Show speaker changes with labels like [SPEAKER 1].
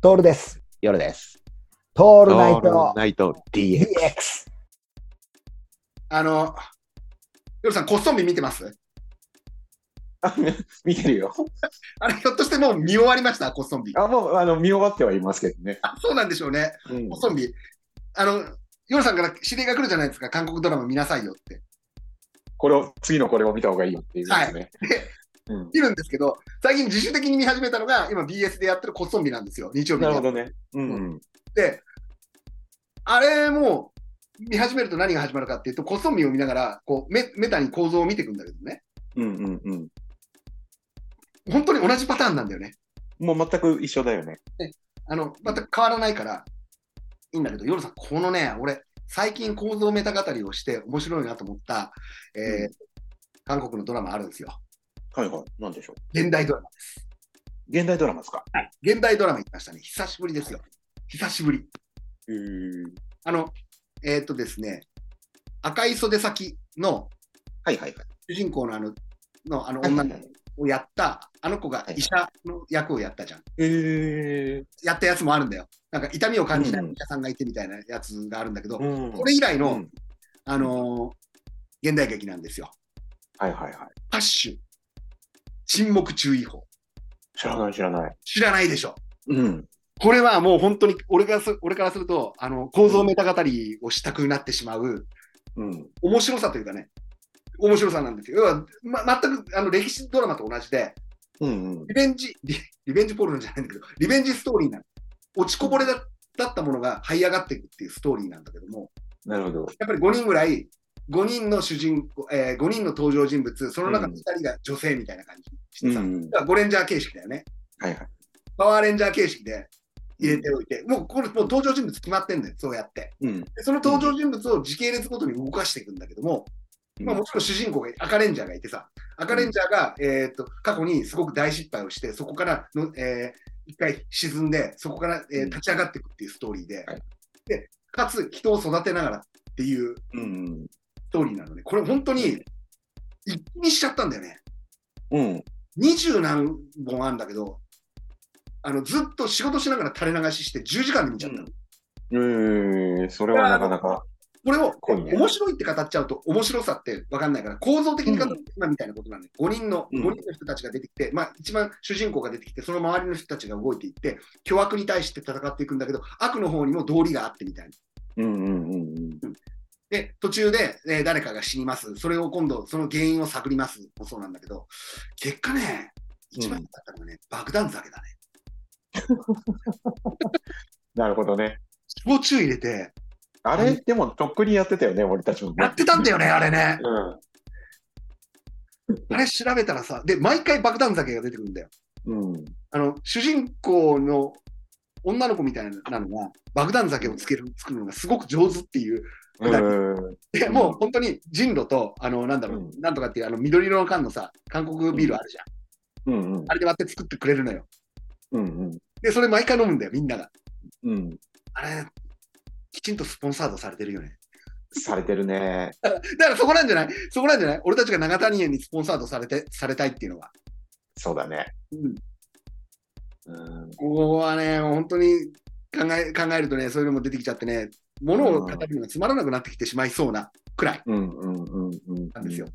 [SPEAKER 1] トールです。
[SPEAKER 2] 夜です。
[SPEAKER 1] ト
[SPEAKER 2] オ
[SPEAKER 1] ールナイト
[SPEAKER 2] ナイト DX。
[SPEAKER 1] DX。
[SPEAKER 3] あの、ヨルさん、こっそり見てます
[SPEAKER 4] 見てるよ。
[SPEAKER 3] あれ、ひょっとしてもう見終わりました、こっそり。
[SPEAKER 4] あ、もう、あの、見終わってはいますけどね。
[SPEAKER 3] あ、そうなんでしょうね、
[SPEAKER 4] うん
[SPEAKER 3] こっそり。あの、ヨルさんから指令が来るじゃないですか、韓国ドラマ見なさいよって。
[SPEAKER 4] これを、次のこれを見た方がいいよっていうですね。うん
[SPEAKER 3] 見るんですけど、最近自主的に見始めたのが、今 BS でやってるこっそりなんですよ、日曜日
[SPEAKER 4] なるほ
[SPEAKER 3] にやっ
[SPEAKER 4] どね。うん。
[SPEAKER 3] て。あれも、見始めると何が始まるかっていうと、こっそりを見ながら、こう、メメタに構造を見ていくんだけどね。
[SPEAKER 4] うんうんうん。
[SPEAKER 3] 本当に同じパターンなんだよね。
[SPEAKER 4] もう全く一緒だよね。
[SPEAKER 3] あの、また変わらないから、いいんだけど、ヨルさん、このね、俺、最近構造メタ語りをして面白いなと思った、えー韓国のドラマあるんですよ。
[SPEAKER 4] はいはい。なんでしょう。
[SPEAKER 3] 現代ドラマ。
[SPEAKER 4] 現代ドラマですか。
[SPEAKER 3] 現代ドラマ行きましたね。久しぶりですよ。久しぶり。
[SPEAKER 4] うーん。
[SPEAKER 3] あの、えーっとですね、赤い袖先の
[SPEAKER 4] はいはいはい。
[SPEAKER 3] 主人公のあの、のあの
[SPEAKER 4] はい
[SPEAKER 3] 女
[SPEAKER 4] はい
[SPEAKER 3] の
[SPEAKER 4] はい
[SPEAKER 3] 子をやった、あの子が
[SPEAKER 4] はい
[SPEAKER 3] 医者の役をやったじゃん。
[SPEAKER 4] え
[SPEAKER 3] やったやつもあるんだよ。なんか痛みを感じない
[SPEAKER 4] うん
[SPEAKER 3] お医者さんがいてみたいなやつがあるんだけど、
[SPEAKER 4] ー。うん
[SPEAKER 3] これ以来の、
[SPEAKER 4] うん
[SPEAKER 3] あのー現代劇なんですよ。
[SPEAKER 4] はいはいはい。
[SPEAKER 3] パッシュ、沈黙注意報。
[SPEAKER 4] 知らない知らない。
[SPEAKER 3] 知らないでしょ。
[SPEAKER 4] うん。
[SPEAKER 3] これはもう本当に俺がす俺からすると、あの構造メタ語りをしたくなってしまう
[SPEAKER 4] うん。
[SPEAKER 3] 面白さというかね、面白さなんですよ。要は、ま、全くあの歴史ドラマと同じで、
[SPEAKER 4] うんうん。
[SPEAKER 3] リベンジ、リリベンジポルノじゃないんだけど、リベンジストーリーなの。落ちこぼれだだったものが這い上がっていくっていうストーリーなんだけども、
[SPEAKER 4] なるほど。
[SPEAKER 3] やっぱり5人ぐらい、5人の主人公、え5人の登場人物、その中の2人が女性みたいな感じにしてさ、
[SPEAKER 4] うん
[SPEAKER 3] だからゴレンジャー形式だよね。
[SPEAKER 4] はいはい。
[SPEAKER 3] パワーレンジャー形式で入れておいて、もうこれ、もう登場人物決まってんだよ、そうやって。
[SPEAKER 4] うん。
[SPEAKER 3] でその登場人物を時系列ごとに動かしていくんだけども、
[SPEAKER 4] うん
[SPEAKER 3] まあ、もちろん主人公が赤レンジャーがいてさ、赤レンジャーが、えーっと過去にすごく大失敗をして、そこからの、えー一回沈んで、そこから、えー
[SPEAKER 4] うん
[SPEAKER 3] 立ち上がっていくっていうストーリーで、
[SPEAKER 4] はい
[SPEAKER 3] でかつ人を育てながらっていう
[SPEAKER 4] うん。
[SPEAKER 3] ストーリーなので、これ本当に一気にしちゃったんだよね。
[SPEAKER 4] うん。
[SPEAKER 3] 二十何本あるんだけど、あのずっと仕事しながら垂れ流しして10時間で見ちゃったの。
[SPEAKER 4] うえー、それはなかなか。
[SPEAKER 3] これを
[SPEAKER 4] 濃いね
[SPEAKER 3] 面白いって語っちゃうと面白さって分かんないから構造的に語って今みたいなことなんで5人の
[SPEAKER 4] うん
[SPEAKER 3] 5人の人たちが出てきて、まあ、一番主人公が出てきてその周りの人たちが動いていって巨悪に対して戦っていくんだけど悪の方にも道理があってみたいな。
[SPEAKER 4] うんうんうんうん。
[SPEAKER 3] で途中で、えー誰かが死にますそれを今度その原因を探りますもそうなんだけど結果ね一番良かったのはね、爆弾酒だね。
[SPEAKER 4] なるほどね。
[SPEAKER 3] 焼酎入れて
[SPEAKER 4] あれ、でも、とっくにやってたよね、俺たちもね。
[SPEAKER 3] やってたんだよねあれね。
[SPEAKER 4] うん。
[SPEAKER 3] あれ調べたらさで毎回爆弾酒が出てくるんだよ。
[SPEAKER 4] うん。
[SPEAKER 3] あの主人公の女の子みたいなのが爆弾酒をつける作るのがすごく上手っていう、
[SPEAKER 4] うん。
[SPEAKER 3] でもう本当に人路と、あのなんだろう、
[SPEAKER 4] うん
[SPEAKER 3] なんとかっていうあの緑色の缶のさ、韓国ビールあるじゃ
[SPEAKER 4] う
[SPEAKER 3] ん。
[SPEAKER 4] んうん
[SPEAKER 3] あれで割って作ってくれるのよ。
[SPEAKER 4] うん
[SPEAKER 3] で、それ毎回飲むんだよ、みんなが。
[SPEAKER 4] うんうん。
[SPEAKER 3] あれ、きちんとスポンサードされてるよね。
[SPEAKER 4] されてるね。
[SPEAKER 3] だからそこなんじゃないそこなんじゃない俺たちが長谷園にスポンサードされてされたいっていうのは。
[SPEAKER 4] そうだね。
[SPEAKER 3] うん
[SPEAKER 4] うん。
[SPEAKER 3] ここはね、本当に考え考えるとね、そういうのも出てきちゃってね、物を語るのがつまらなくなってきてしまいそうなくらい
[SPEAKER 4] うんうんうんうん。
[SPEAKER 3] なんですよ。。